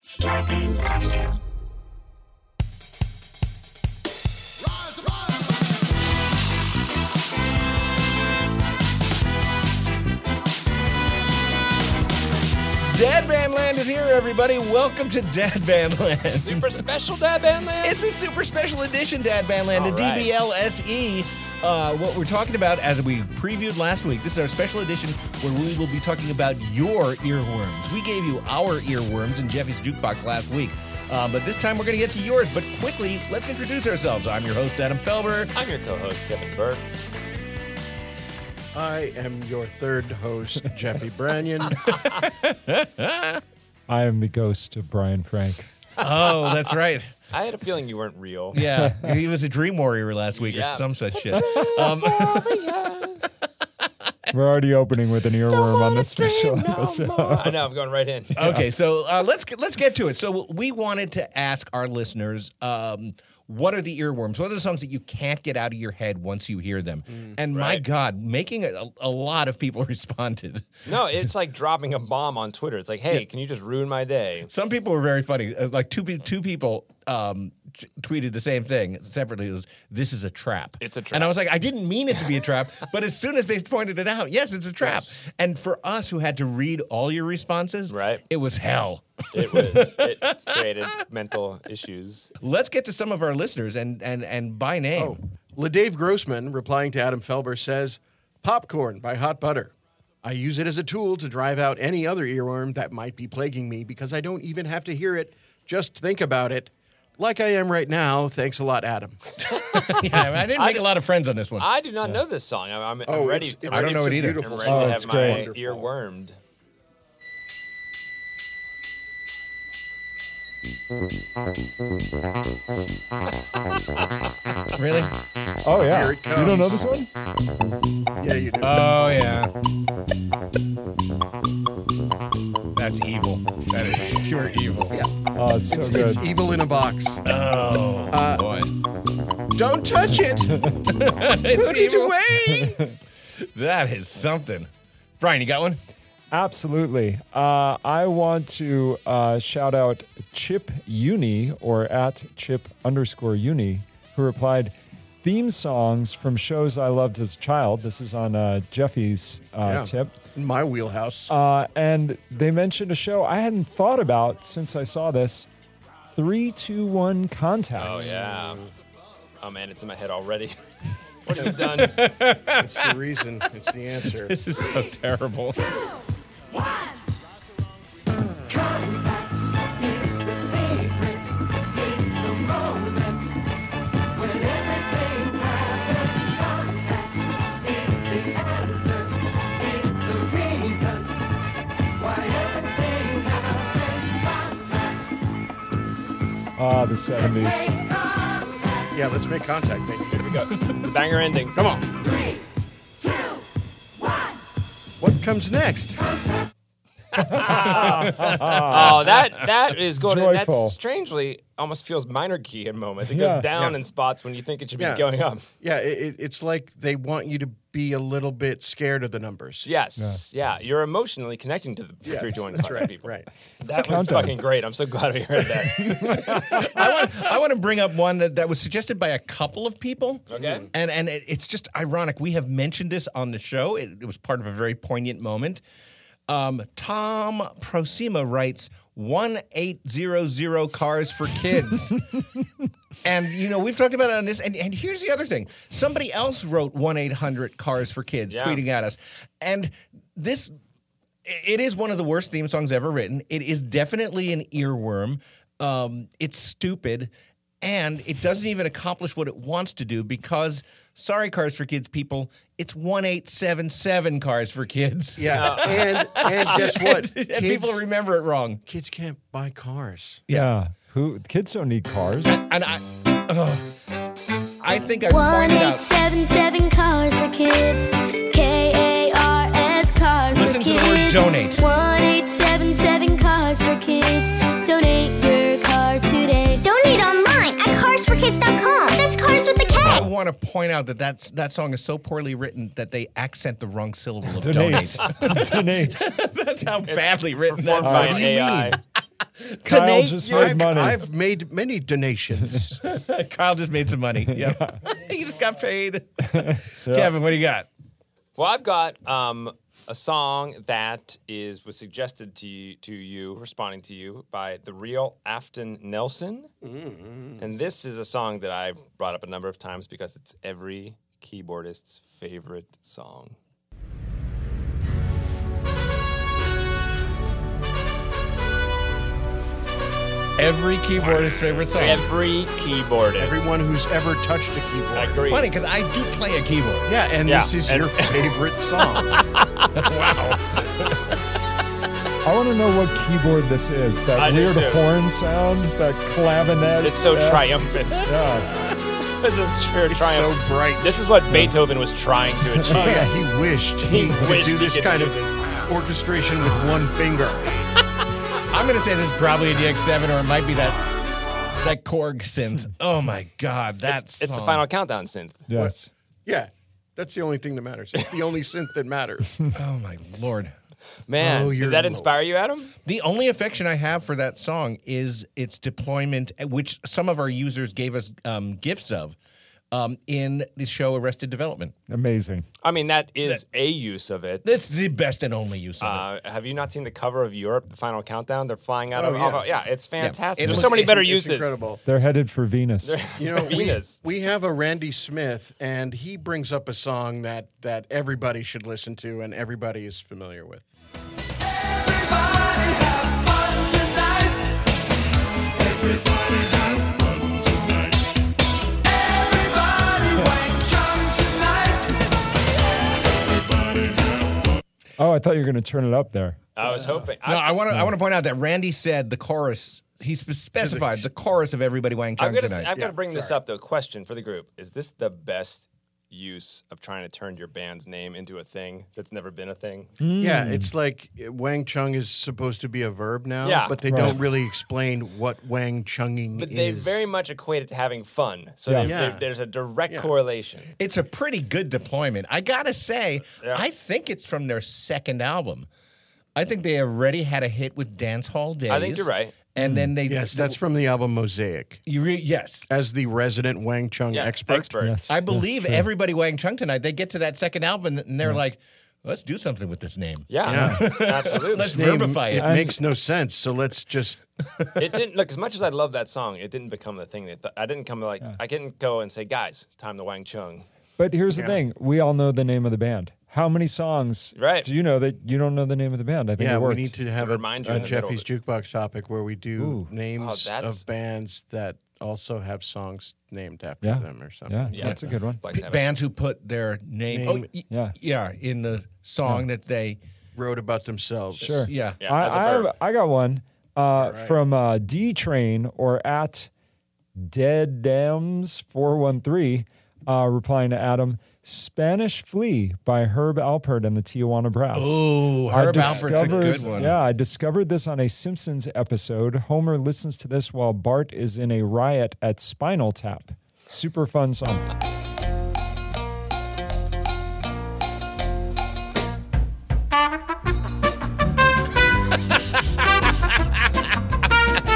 Scorpions Avenue. Dad Van Land is here, everybody. Welcome to Dad Van Land. Super special dad band land? It's a super special edition, Dad Van Land, a All right. DBLSE. Uh, what we're talking about, as we previewed last week, this is our special edition where we will be talking about your earworms. We gave you our earworms in Jeffy's jukebox last week, uh, but this time we're going to get to yours. But quickly, let's introduce ourselves. I'm your host, Adam Felber. I'm your co-host Kevin Burke. I am your third host, Jeffy Brannion. I am the ghost of Brian Frank. Oh, that's right. I had a feeling you weren't real. Yeah, he was a dream warrior last week Yeah. or some such shit. Um, We're already opening with an earworm on this special episode. I know I'm going right in. Oh. Okay, so uh, let's get, let's get to it. So we wanted to ask our listeners, um, what are the earworms? What are the songs that you can't get out of your head once you hear them? and my Mm, right. God, making a, a lot of people responded. No, it's like dropping a bomb on Twitter. It's like, hey, can you just ruin my day? Some people were very funny. Uh, Like two pe- two people um, t- tweeted the same thing separately. It was this is a trap. It's a And I trap. was like, I didn't mean it to be a trap, but as soon as they pointed it out, yes, it's a trap. And for us who had to read all your responses, Right. it was hell. It was it created mental issues. Let's get to some of our listeners and and and by name. oh, LaDave Grossman, replying to Adam Felber, says, Popcorn by Hot Butter. I use it as a tool to drive out any other earworm that might be plaguing me because I don't even have to hear it. Just think about it. Like I am right now. Thanks a lot, Adam. Yeah, I didn't make a lot of friends on this one. I do not know this song. I'm, I'm, Oh, I'm ready. it's- I'm it's- I don't ready know to- it either. I'm beautiful ready song. to it's have my great. ear wormed. really? Oh yeah, Here it you don't know comes. this one? Yeah, you do. Oh yeah. That's evil. That is pure evil. Oh, it's so it's good. evil in a box. Oh boy. Don't touch it. It's Put it away. That is something. Brian, you got one? Absolutely. Uh, I want to uh, shout out Chip Uni or at Chip underscore Uni, who replied, "Theme songs from shows I loved as a child." This is on uh, Jeffy's uh, Yeah. tip. In my wheelhouse. Uh, and they mentioned a show I hadn't thought about since I saw this. Three, two, one, contact. Oh yeah. Oh man, it's in my head already. what have you done? it's the reason. It's the answer. This is so terrible. Ah, the 70s. Yeah, let's make contact, baby. Here we go. The banger ending. Come on. What comes next? Oh, that that is going. To, Joyful. that's strangely almost feels minor key in moments. It goes Yeah. down Yeah. in spots when you think it should Yeah. be going up. Yeah, it, it- it's like they want you to be a little bit scared of the numbers. Yes, yeah. You're emotionally connecting to the Yeah, three to one that's fucking right. people. Right. That a was countdown. fucking great. I'm so glad we heard that. I want I want to bring up one that, that was suggested by a couple of people. Okay. And and it, it's just ironic. We have mentioned this on the show. It, it was part of a very poignant moment. Um, Tom Prosima writes one eight zero zero cars for kids. And you know we've talked about it on this, and, and here's the other thing: somebody else wrote one eight hundred cars for kids, Yeah. tweeting at us, and this it is one of the worst theme songs ever written. It is definitely an earworm. Um, it's stupid. and it doesn't even accomplish what it wants to do because sorry cars for kids people it's 1877 cars for kids Yeah, Uh, and and guess what? and kids, people remember it wrong kids can't buy cars. Yeah. Who kids don't need cars. and i ugh. i think i pointed out 1877 Cars for Kids. K A R S Cars Listen for to the Kids. word donate. 1877 Cars for Kids. Donate your car today. Donate online at carsforkids.com. That's cars with a K. I want to point out that that's, that song is so poorly written that they accent the wrong syllable of donate. Donate. Donate. that's how badly written that Formed by song. an is. AI. Kyle Donate just your- made money. I've made many donations. Kyle just made some money. Yep. he just got paid. Kevin, what do you got? Well, I've got um, a song that is was suggested to you, to you, responding to you by the real Afton Nelson, Mm-hmm. and this is a song that I've brought up a number of times because it's every keyboardist's favorite song. Every keyboardist's favorite song. Every keyboardist. Everyone who's ever touched a I keyboard. agree. Funny, because I do play a keyboard. Yeah, and Yeah, this is and- your favorite song. I want to know what keyboard this is. That I do weird too. horn sound, that clavinet. It's so esque- triumphant. Yeah. This is true It's so triumph. bright. this is what Beethoven was trying to achieve. oh yeah, he wished he, He could wished do he this could kind do of this. orchestration with one finger. I'm going to say this is probably a DX7 or it might be that that Korg synth. Oh my God. That's it's, it's the final countdown synth. Yes. Yeah, that's the only thing that matters. It's the only synth that matters. Oh my Lord. Man, Oh, you're did that low. inspire you, Adam? The only affection I have for that song is its deployment, which some of our users gave us um, gifts of um, in the show Arrested Development. Amazing. I mean, that is a use of it. That's the best and only use of it. Uh, have you not seen the cover of Europe, the final countdown? They're flying out Oh, of yeah. yeah. yeah, it's fantastic. It There's was- so many better It's uses. incredible. They're headed for Venus. You know, we, Venus. we have a Randy Smith, and he brings up a song that that everybody should listen to and everybody is familiar with. Oh, I thought you were going to turn it up there. I was hoping. No, I, I want to. I want to point out that Randy said the chorus. He spe- specified the chorus of "Everybody Wang Chung am gonna. Tonight." I've got to bring this up though. Question for the group: Is this the best use of trying to turn your band's name into a thing that's never been a thing? Yeah, it's like uh, Wang Chung is supposed to be a verb now, Yeah. but they don't really explain what Wang Chunging But is. they very much equate it to having fun. So Yeah. they- Yeah. they- there's a direct correlation. it's a pretty good deployment. I gotta say, Yeah. I think it's from their second album. I think they already had a hit with Dance Hall Days. I think you're right. And then Mm. they Yes, that's from the album Mosaic. you. Re- yes, As the resident Wang Chung Yeah, expert, Yes. I believe everybody Wang Chung tonight. They get to that second album and Mm. they're like, "Let's do something with this name." Yeah, absolutely. Let's Name- verbify it. it makes no sense. So let's just it didn't look as much as I love that song. It didn't become the thing that I didn't come like I didn't go and say, guys, time to Wang Chung. But here's the thing: we all know the name of the band. How many songs Right. do you know that you don't know the name of the band? I think yeah, it we worked. need to have a, Remind you a in the middle Jeffy's jukebox topic where we do Oh, names that's- of bands that also have songs named after yeah. them or something. yeah, that's a good one. Black Sabbath. Bands who put their name, Name- oh, y- Yeah. yeah, in the song that they, Wrote about themselves. Sure. yeah, Yeah, I, as a I, verb. have- I got one uh, from uh, D Train or at Dead Dams four one three, uh, replying to Adam. Spanish Flea by Herb Alpert and the Tijuana Brass. Ooh, I Herb Alpert's a good discovered- one. Yeah, I discovered this on a Simpsons episode. Homer listens to this while Bart is in a riot at Spinal Tap. Super fun song.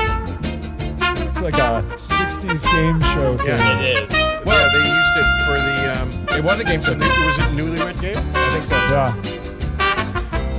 It's like a 60s game show thing. Yeah. It is. Well, they used it for the. Um, It was a game show. the new- was it Newlywed Game? I think so. Yeah.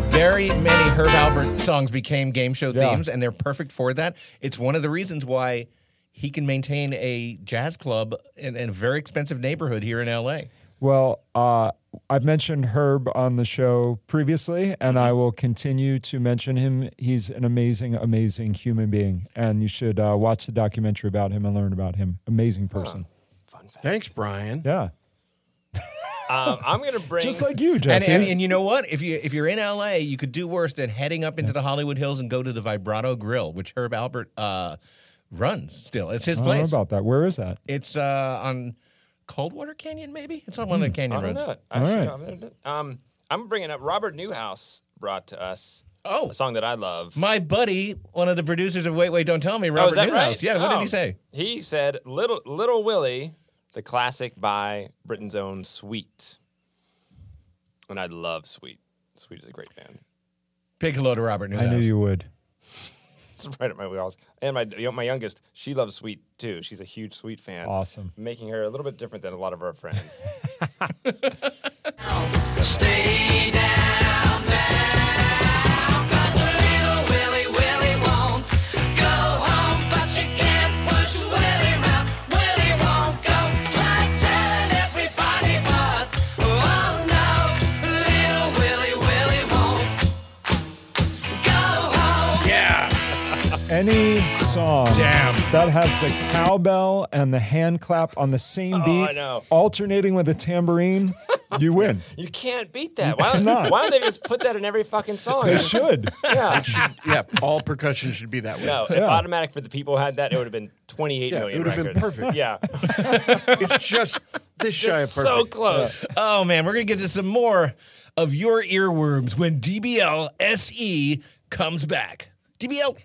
Very many Herb Albert songs became game show Yeah. themes, and they're perfect for that. It's one of the reasons why he can maintain a jazz club in, in a very expensive neighborhood here in LA. Well, uh, I've mentioned Herb on the show previously, and I will continue to mention him. He's an amazing, amazing human being, and you should uh, watch the documentary about him and learn about him. Amazing person. Fun fact. Thanks, Brian. Yeah. Um, I'm gonna bring. Just like you, Jeff. And, and, and you know what? If you if you're in LA, you could do worse than heading up into the Hollywood Hills and go to the Vibrato Grill, which Herb Albert uh, runs still. It's his I don't know place. about that. Where is that? It's uh, on Coldwater Canyon, maybe. It's on one of the canyon Hmm, I don't roads. know it. All Actually, right. no, I've never done it. Um, I'm bringing up Robert Newhouse brought to us Oh. a song that I love. My buddy, one of the producers of Wait Wait Don't Tell Me, oh, Robert is that Newhouse. right? Yeah, what did Oh. he say? He said "Little Little Willie," the classic by Britain's own Sweet, and I love Sweet. Sweet is a great band. Big hello to Robert Newhouse. I knew you would. It's right at my wheels. And my you know, my youngest, she loves Sweet too. She's a huge Sweet fan. Awesome. making her a little bit different than a lot of our friends. Any song Damn. that has the cowbell and the hand clap on the same beat, I know. alternating with a tambourine, you win. you can't beat that. Why cannot. don't, why don't they just put that in every fucking song? They should. Yeah. yeah, all percussion should be that way. No, if Yeah. automatic for the people had that, it would have been twenty-eight Yeah, it million would have been records. perfect. Yeah, It's just this shy just of perfect. so close. Oh man, we're gonna get to some more of your earworms when DBL SE E comes back. DBL.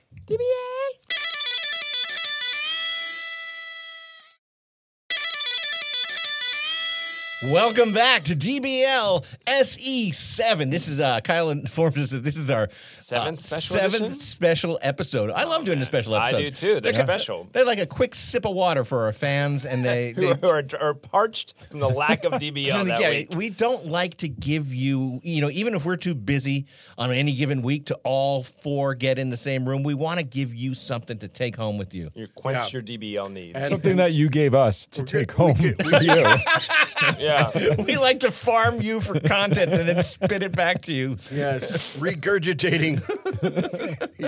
Welcome back to DBL SE7. E This is uh, Kyle informs us that this is our Seventh uh, special seventh edition? Oh, special episode. I love doing the special I episodes. do too. They're ki- special. They're like a quick sip of water for our fans, and they, Who they are, are, are parched from the lack of DBL that yeah, week. we don't like to give you, you know, even if we're too busy on any given week to all four get in the same room, we want to give you something to take home with you. You quench your DBL needs. Something that you gave us to take home with you. yeah. we like to farm you for content and then spit it back to you. Yes, regurgitating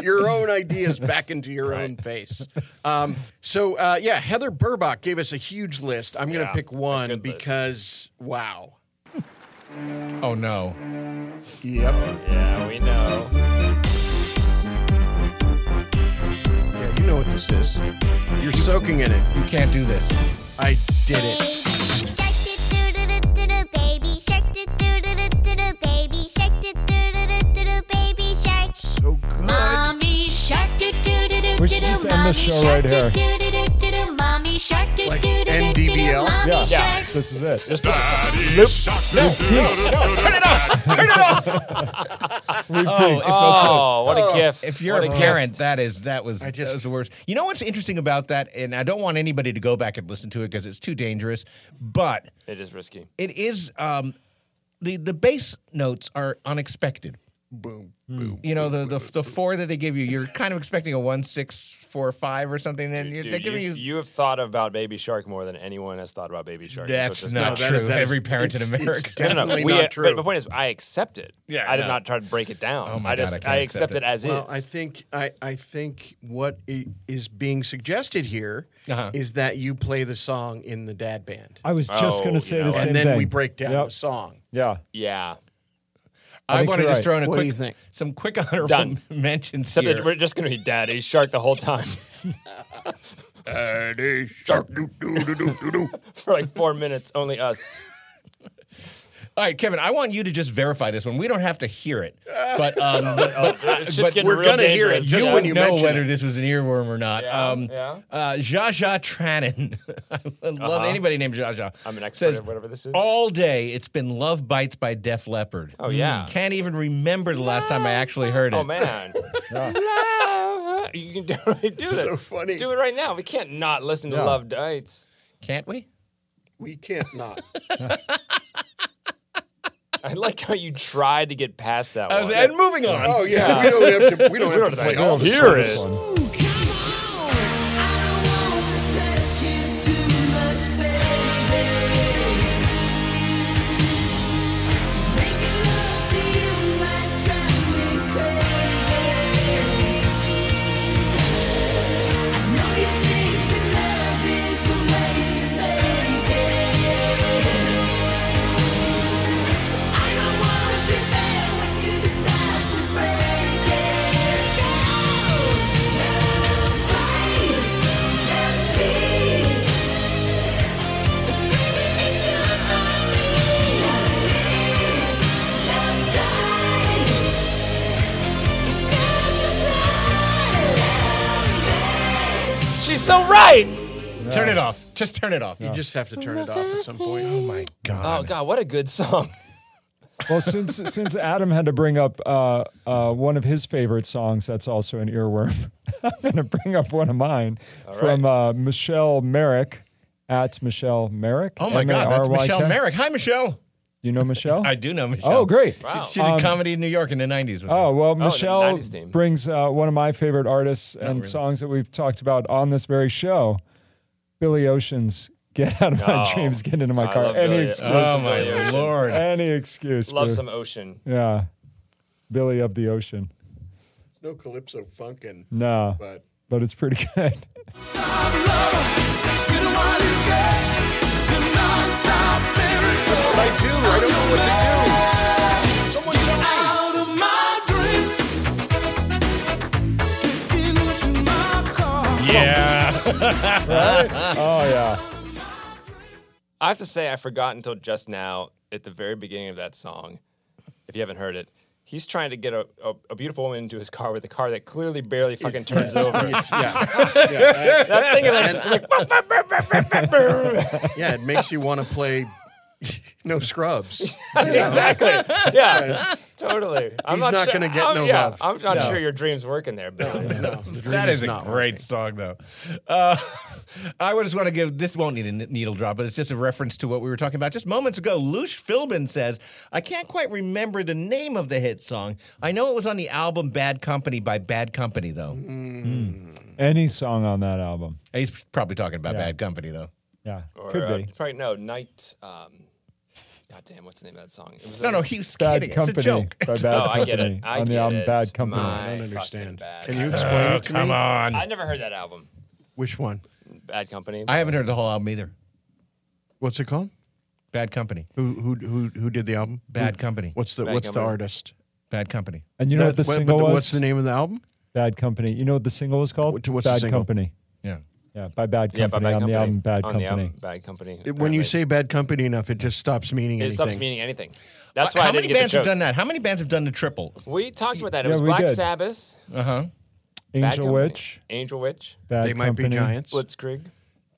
your own ideas back into your own face. Um, so, uh, yeah, Heather Burbach gave us a huge list. I'm going to Yeah, pick a one good list. because, wow. Oh no. Yep. yeah, we know. Yeah, you know what this is. You're soaking in it. You can't do this. I did it. Shark do do do do do baby shark do do do do do do baby shark do do do do do do baby shark. So good. Mommy shark do do do do We should do just end the mommy show shark right here. do do do do do mommy shark do Like do do do do NDBL? mommy Yeah. shark. This is it. Just put, Oh, oh, what a gift! If you're What a gift. parent, that is that was I just- that was the worst. You know what's interesting about that, and I don't want anybody to go back and listen to it because it's too dangerous. But it is risky. it is um, the the bass notes are unexpected. Boom, Mm. boom. You know the the, the four that they give you, you're kind of expecting a one six four five or something, and you're, Dude, they're you, giving you. you have thought about Baby Shark more than anyone has thought about Baby Shark. that's So it's not No, that- true. that is- Every parent in it's- it's America. dead. No, no, Definitely we, uh, not true. But the point is, I accept it. Yeah, I I did know. not try to break it down. Oh my I God, just I can't accept accept it it. as Well, is. I think I, I think what i- is being suggested here is Uh-huh. that you play the song in the dad band, I was just Oh, going you to say know. the And same and then thing. we break down Yep. the song. Yeah. yeah. I, think want to you're just right. throw in a What do quick, you think? some quick honorable Done. mentions Except here. that we're just going to be Daddy Shark the whole time Daddy shark doo doo doo doo doo doo. for like four minutes. Only us. All right, Kevin, I want you to just verify this one. We don't have to hear it, but um, but, It's but just getting we're real gonna hear it dangerous. just you Yeah. when would you know mention whether it. this was an earworm or not. Yeah, um, yeah. Uh, Zsa Zsa Tranin. I love anybody named Zsa Zsa. I'm an expert Says, at whatever this is. All day, it's been Love Bites by Def Leppard. Mm, Oh, yeah. Can't even remember the last time I actually heard it. Oh man. Love- you can do, do So it. funny. Do it right now. We can't not listen to Yeah. Love Dites. Can't we? We can't not. I like how you tried to get past that I one. was, and moving on. Oh yeah, we don't have to. We don't, have don't to have play to all the hear songs. it. One. I don't wanna touch you too much, baby. She's so right. Turn Oh. it off. Just turn it off. You just have to turn it off at some point. Oh my Oh God, what a good song. Well, since since Adam had to bring up uh, uh, one of his favorite songs, that's also an earworm. I'm going to bring up one of mine from uh, Michelle Merrick at Michelle Merrick. Oh my God, that's M-A-R-Y-K. Michelle Merrick. Hi, Michelle. You know Michelle? I do know Michelle. Oh, great. Wow. She did comedy in New York in the 90s. With Oh me. well, Michelle 90s theme. brings uh, one of my favorite artists and songs that we've talked about on this very show, Billy Ocean's "Get Out of My Oh, Dreams, Get Into My I Car." love any Billy- excuse, Oh, Listen, my Billy Ocean. Lord. any excuse. Love for- some ocean. Yeah, Billy of the Ocean. No calypso funkin', No, but but it's pretty good. I do. I don't know what to do. Someone tell me. Yeah. Oh yeah. I have to say, I forgot until just now at the very beginning of that song. If you haven't heard it, he's trying to get a, a, a beautiful woman into his car with a car that clearly barely fucking turns over. It's, yeah. yeah, I- That thing is like, it's like, "Bah, bah, bah, bah, bah, bah, bah." yeah, it makes you want to play No Scrubs. exactly. Yeah, totally. I'm He's not sure- gonna get I'm- no yeah, love. I'm not sure your dreams work in there, Billy. No, the dream That is a not great song, though. Uh, I just want to give this won't need a n- needle drop, but it's just a reference to what we were talking about just moments ago. Lush Philbin says, "I can't quite remember the name of the hit song. I know it was on the album Bad Company by Bad Company, though. Mm-hmm. Any song on that album. He's probably talking about Bad Company, though. Yeah. Or, Could uh, be. Sorry, no, night. Um, God damn, what's the name of that song? It was No, a- no, he was Bad kidding. Company It's a joke. by Bad No, Company I get it. I on the get album it. Bad Company. My I don't fucking understand. Bad Can you Company. explain it to Come me? on. I never heard that album. Oh, Which one? Bad Company. I haven't heard the whole album either. What's it called? Bad Company. Who who who who did the album? Bad Who- Company. What's the Bad What's the Company. artist? Bad Company. And you know That- what the what- single but was? What's the name of the album? Bad Company. You know what the single was called? What- what's the Bad single? Company. Yeah. Yeah, by Bad Company yeah, by Bad on Company. the album Bad on Company. The album, Bad Company. It- when you apparently. say Bad Company enough, it just stops meaning it anything. stops meaning anything. That's why How I didn't many get the bands have joke. done that? How many bands have done the triple? We talked about that. It Yeah, was we Black did. Sabbath, Uh-huh. Bad Angel Company, Witch. Angel Witch, Bad they might Company. be giants. Blitzkrieg.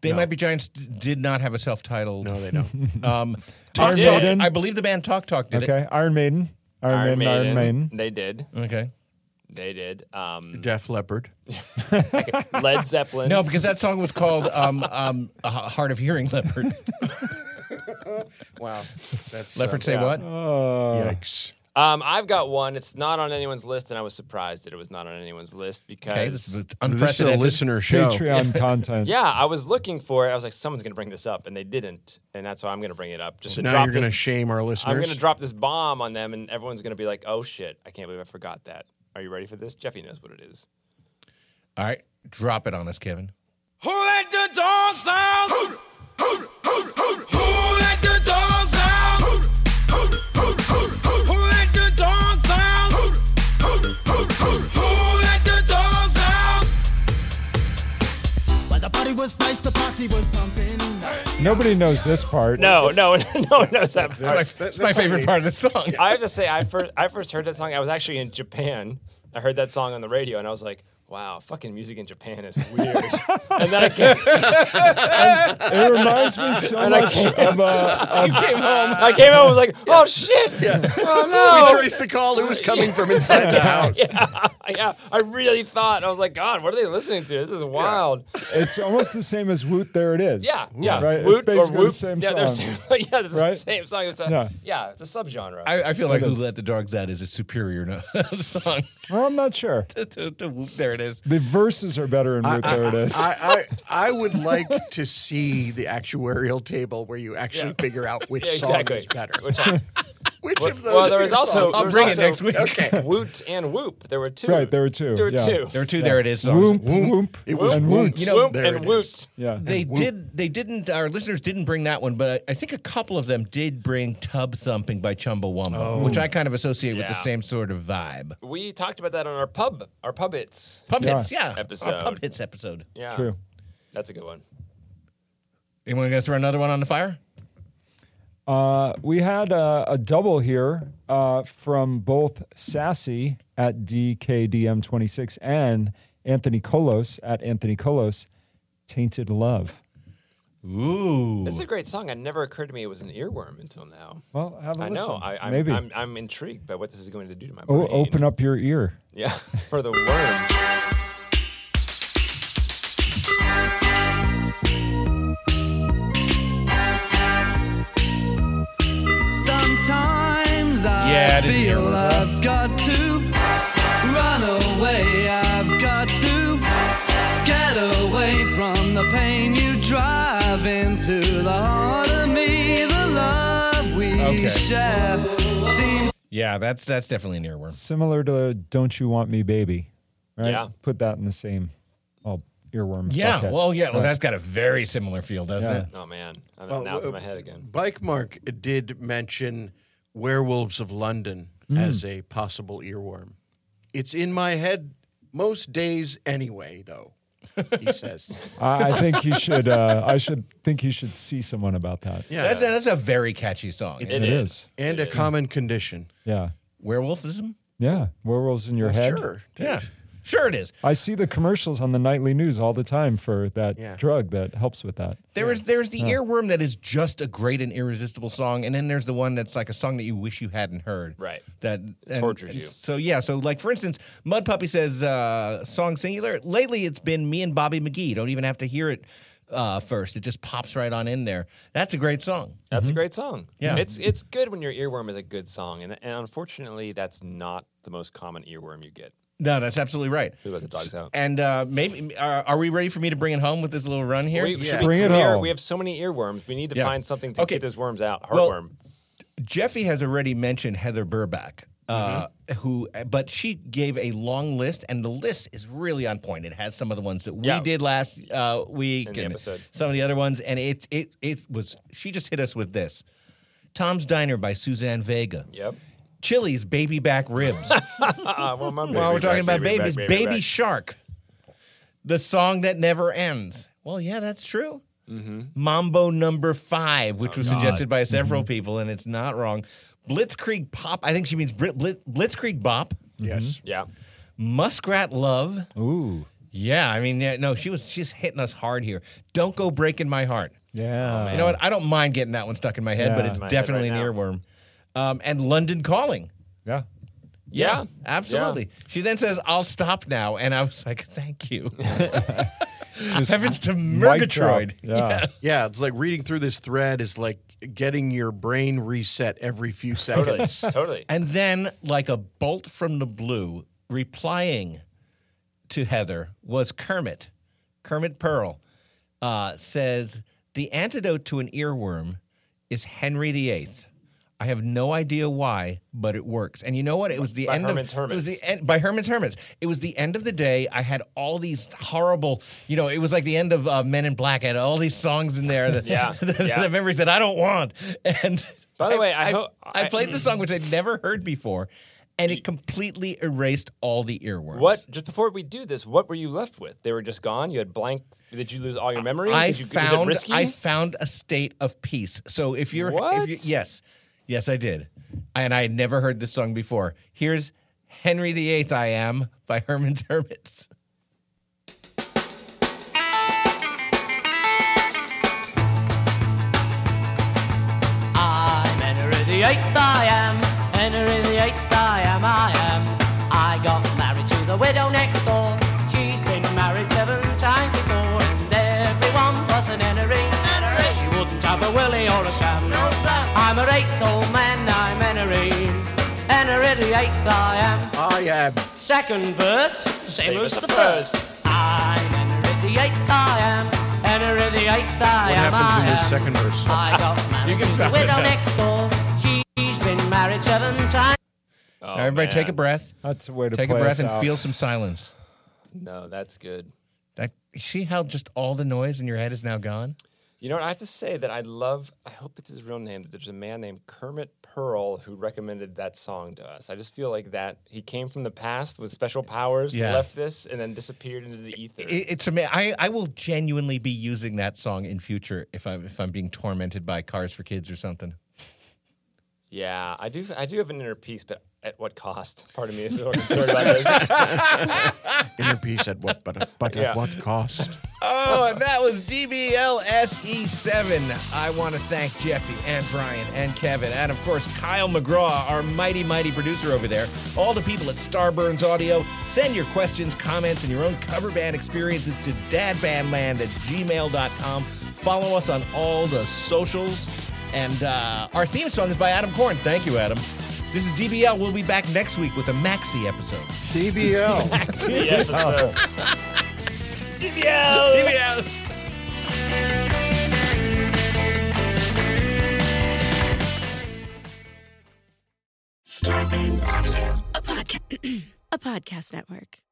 They Might Be Giants d- did not have a self-titled. No, they don't. Um, Talk Iron Talk- Maiden. I believe the band Talk Talk did Okay. Iron Maiden. Iron, Iron Maiden, Maiden. Iron Maiden. They did. it. Okay. They did. Um, Def Leppard. Led Zeppelin. No, because that song was called um, um, uh, Heart of Hearing Leopard. Wow, that's Leopard say yeah. what? uh, yikes. Um, I've got one. It's not on anyone's list, and I was surprised that it was not on anyone's list because Okay, this is This is a unprecedented. listener show. Patreon content. yeah, I was looking for it. I was like, someone's going to bring this up, and they didn't, and that's why I'm going to bring it up. Just to So now drop you're going to this- shame our I'm listeners. going to drop this bomb on them, and everyone's going to be like, "Oh shit, I can't believe I forgot that." Are you ready for this? Jeffy knows what it is. All right, drop it on us, Kevin. Who let the dogs out? Who let the dogs out? Who let the dogs out? Who let the dogs out? While the party was spiced, the party was pumping. Nobody knows this part. No, no, no one knows that. part. That's my favorite part of the song. I have to say, I first, I first heard that song. I was actually in Japan. I heard that song on the radio, and I was like, "Wow, fucking music in Japan is weird." and then I came, It reminds me so much of uh, I came out and was like, "Oh shit!" Oh We no! traced the call. It was coming from inside the house. yeah, I really thought I was like, "God, what are they listening to? This is wild." it's almost the same as Woot There It Is. Yeah, yeah. Right? Woot it's basically or Whoop. the same yeah, song. they're same- yeah, it's the Right? same song. It's a, Yeah. yeah. it's a subgenre. I, I feel like Who Let the Dogs Out is a superior no- song. Well, I'm not sure. to- to- to Whoop, there it is. The verses are better in Woot There It Is. I, I I would like to see the actuarial table where you actually Yeah. figure out which yeah, song exactly. is better. Which one? Which Well, of those? well, there two was also songs- I'll There's bring it also- next week. Woot and Whoop. There were two. Right, there were two, There were yeah. two. There are two There It Is songs. Whoop, whoop, It was and Woot. Woot. You You know, there it and is. Woot. yeah. They did. They didn't. Our listeners didn't bring that one, but I think a couple of them did bring "Tub Thumping" by Chumbawamba, which I kind of associate with the Yeah. same sort of vibe. We talked about that on our pub, our pub hits. Puppets, yeah. Episode. Our puppets episode. Yeah, True. That's a good one. Anyone gonna throw another one on the fire? Uh, we had a, a double here uh, from both Sassy at DKDM26 and Anthony Kolos at Anthony Kolos. Tainted Love. Ooh. It's a great song. It never occurred to me it was an earworm until now. Well, have a I listen. know. I, I'm, Maybe. I'm, I'm intrigued by what this is going to do to my brain. oh, open up your ear. Yeah, for the worm. Sometimes I Yeah, it is an feel earworm. I've got to run away. I've got to get away from the pain you drive into the heart of me. The love we Okay. share seems Yeah, that's that's definitely an earworm. Similar to Don't You Want Me Baby, right? Yeah. Put that in the same all earworm. Yeah. bucket. Well, yeah. Well, that's got a very similar feel, doesn't Yeah. it? Oh man, I'm, Well, now it's in uh, my head again. Bike Mark did mention Werewolves of London as a possible earworm. It's in my head most days anyway, though, he says. I, I think you should. Uh, I should think you should see someone about that. Yeah. That's a, that's a very catchy song. It's it is. and a common condition. Yeah, werewolfism. yeah. Werewolves in your head. Sure. Yeah. Sure, it is. I see the commercials on the nightly news all the time for that Yeah. drug that helps with that. There is there's the earworm that is just a great and irresistible song, and then there's the one that's like a song that you wish you hadn't heard. Right. That and- tortures and you. So yeah, so like for instance, Mud Puppy says uh, song singular. Lately, it's been me and Bobby McGee. Don't even have to hear it uh, first; it just pops right on in there. That's a great song. That's a great song. Mm-hmm. Yeah. it's it's good when your earworm is a good song, and, and unfortunately, that's not the most common earworm you get. No, that's absolutely right. Who let the dogs out? And uh, maybe are, are we ready for me to bring it home with this little run here? We should be Bring it clear. home. We have so many earworms. We need to Yeah. find something to Okay. get those worms out. Well- Heartworm. Jeffy has already mentioned Heather Burback, uh, Mm-hmm. who, but she gave a long list, and the list is really on point. It has some of the ones that we Yeah. did last uh, week, In the episode. some of the other ones, and it it it was. She just hit us with this: Tom's Diner by Suzanne Vega, yep. Chili's Baby Back Ribs. Uh, well, my While baby we're talking back, about baby back, babies, baby Baby, back. Shark, the song that never ends. Well, yeah, that's true. Mm-hmm. Mambo number five, which Oh, was suggested by several people, and it's not wrong. Blitzkrieg Pop, I think she means Brit, Blit, Blitzkrieg Bop. Yes. yeah. Muskrat Love. Ooh, Yeah, I mean, yeah, no, she was she's hitting us hard here. Don't go breaking my heart. yeah. Oh. You know what? I don't mind getting that one stuck in my head, Yeah. but It's it's in my head definitely right an now. earworm. Um, and London Calling. Yeah. Yeah. absolutely. She then says, "I'll stop now," and I was like, "Thank you." Just Heavens to mic drop. Murgatroyd. Yeah. Yeah, it's like reading through this thread is like getting your brain reset every few seconds. Totally. And then, like a bolt from the blue, replying to Heather was Kermit. Kermit Pearl uh, says, The antidote to an earworm is Henry VIII. I have no idea why, but it works. And you know what? It was the By end Herman's of it was Hermits. the end by Herman's Hermits. It was the end of the day. I had all these horrible, you know, it was like the end of uh, Men in Black. I had all these songs in there that, Yeah, that, yeah. that memories that I don't want. And By the way, I I, ho- I played the song which I'd never heard before, and it completely erased all the earworms. What just before we do this? What were you left with? They were just gone. You had blank. Did you lose all your memories? I Did you, Was it found risky? I found a state of peace. So if you're, What? If you yes, yes, I did, and I had never heard this song before. Here's Henry VIII, "I Am" by Herman's Hermits. I'm Henry the Eighth, I am. Henry the Eighth, I am, I am. I got married to the widow next door. She's been married seven times before, and everyone was an Henry. Henry. She wouldn't have a Willie or a Sam. No, Sam. I'm her eighth old man, I'm Henry. Henry the Eighth, I am. I am. Second verse, same, as, the first. I'm Henry the Eighth, I am. Henry the Eighth, I What am. happens in I this am. second verse? I got married to the widow next door. She's been married seven times. Oh, Everybody, take a breath. That's a way to Take a play breath us and out. feel some silence. No, that's good. That, see how just all the noise in your head is now gone. You know what? I have to say that I love, I hope it's his real name, that there's a man named Kermit Pearl who recommended that song to us. I just feel like that he came from the past with special powers, Yeah. left this, and then disappeared into the ether. It, it's amazing. I, I will genuinely be using that song in future if I'm if I'm being tormented by Cars for Kids or something. yeah, I do I do have an inner peace, but at what cost? Pardon me, is so concerned about this. Inner peace at what, but, but Yeah. at what cost? Oh, and that was DBLSE7. E I want to thank Jeffy and Brian and Kevin, and of course, Kyle McGraw, our mighty, mighty producer over there. All the people at Starburns Audio. Send your questions, comments, and your own cover band experiences to dadbandland at gmail.com. Follow us on all the socials. And uh, our theme song is by Adam Korn. Thank you, Adam. This is DBL. We'll be back next week with a maxi episode. DBL. The episode. DBL. DBL. Starbands Audio, a podcast, a podcast network.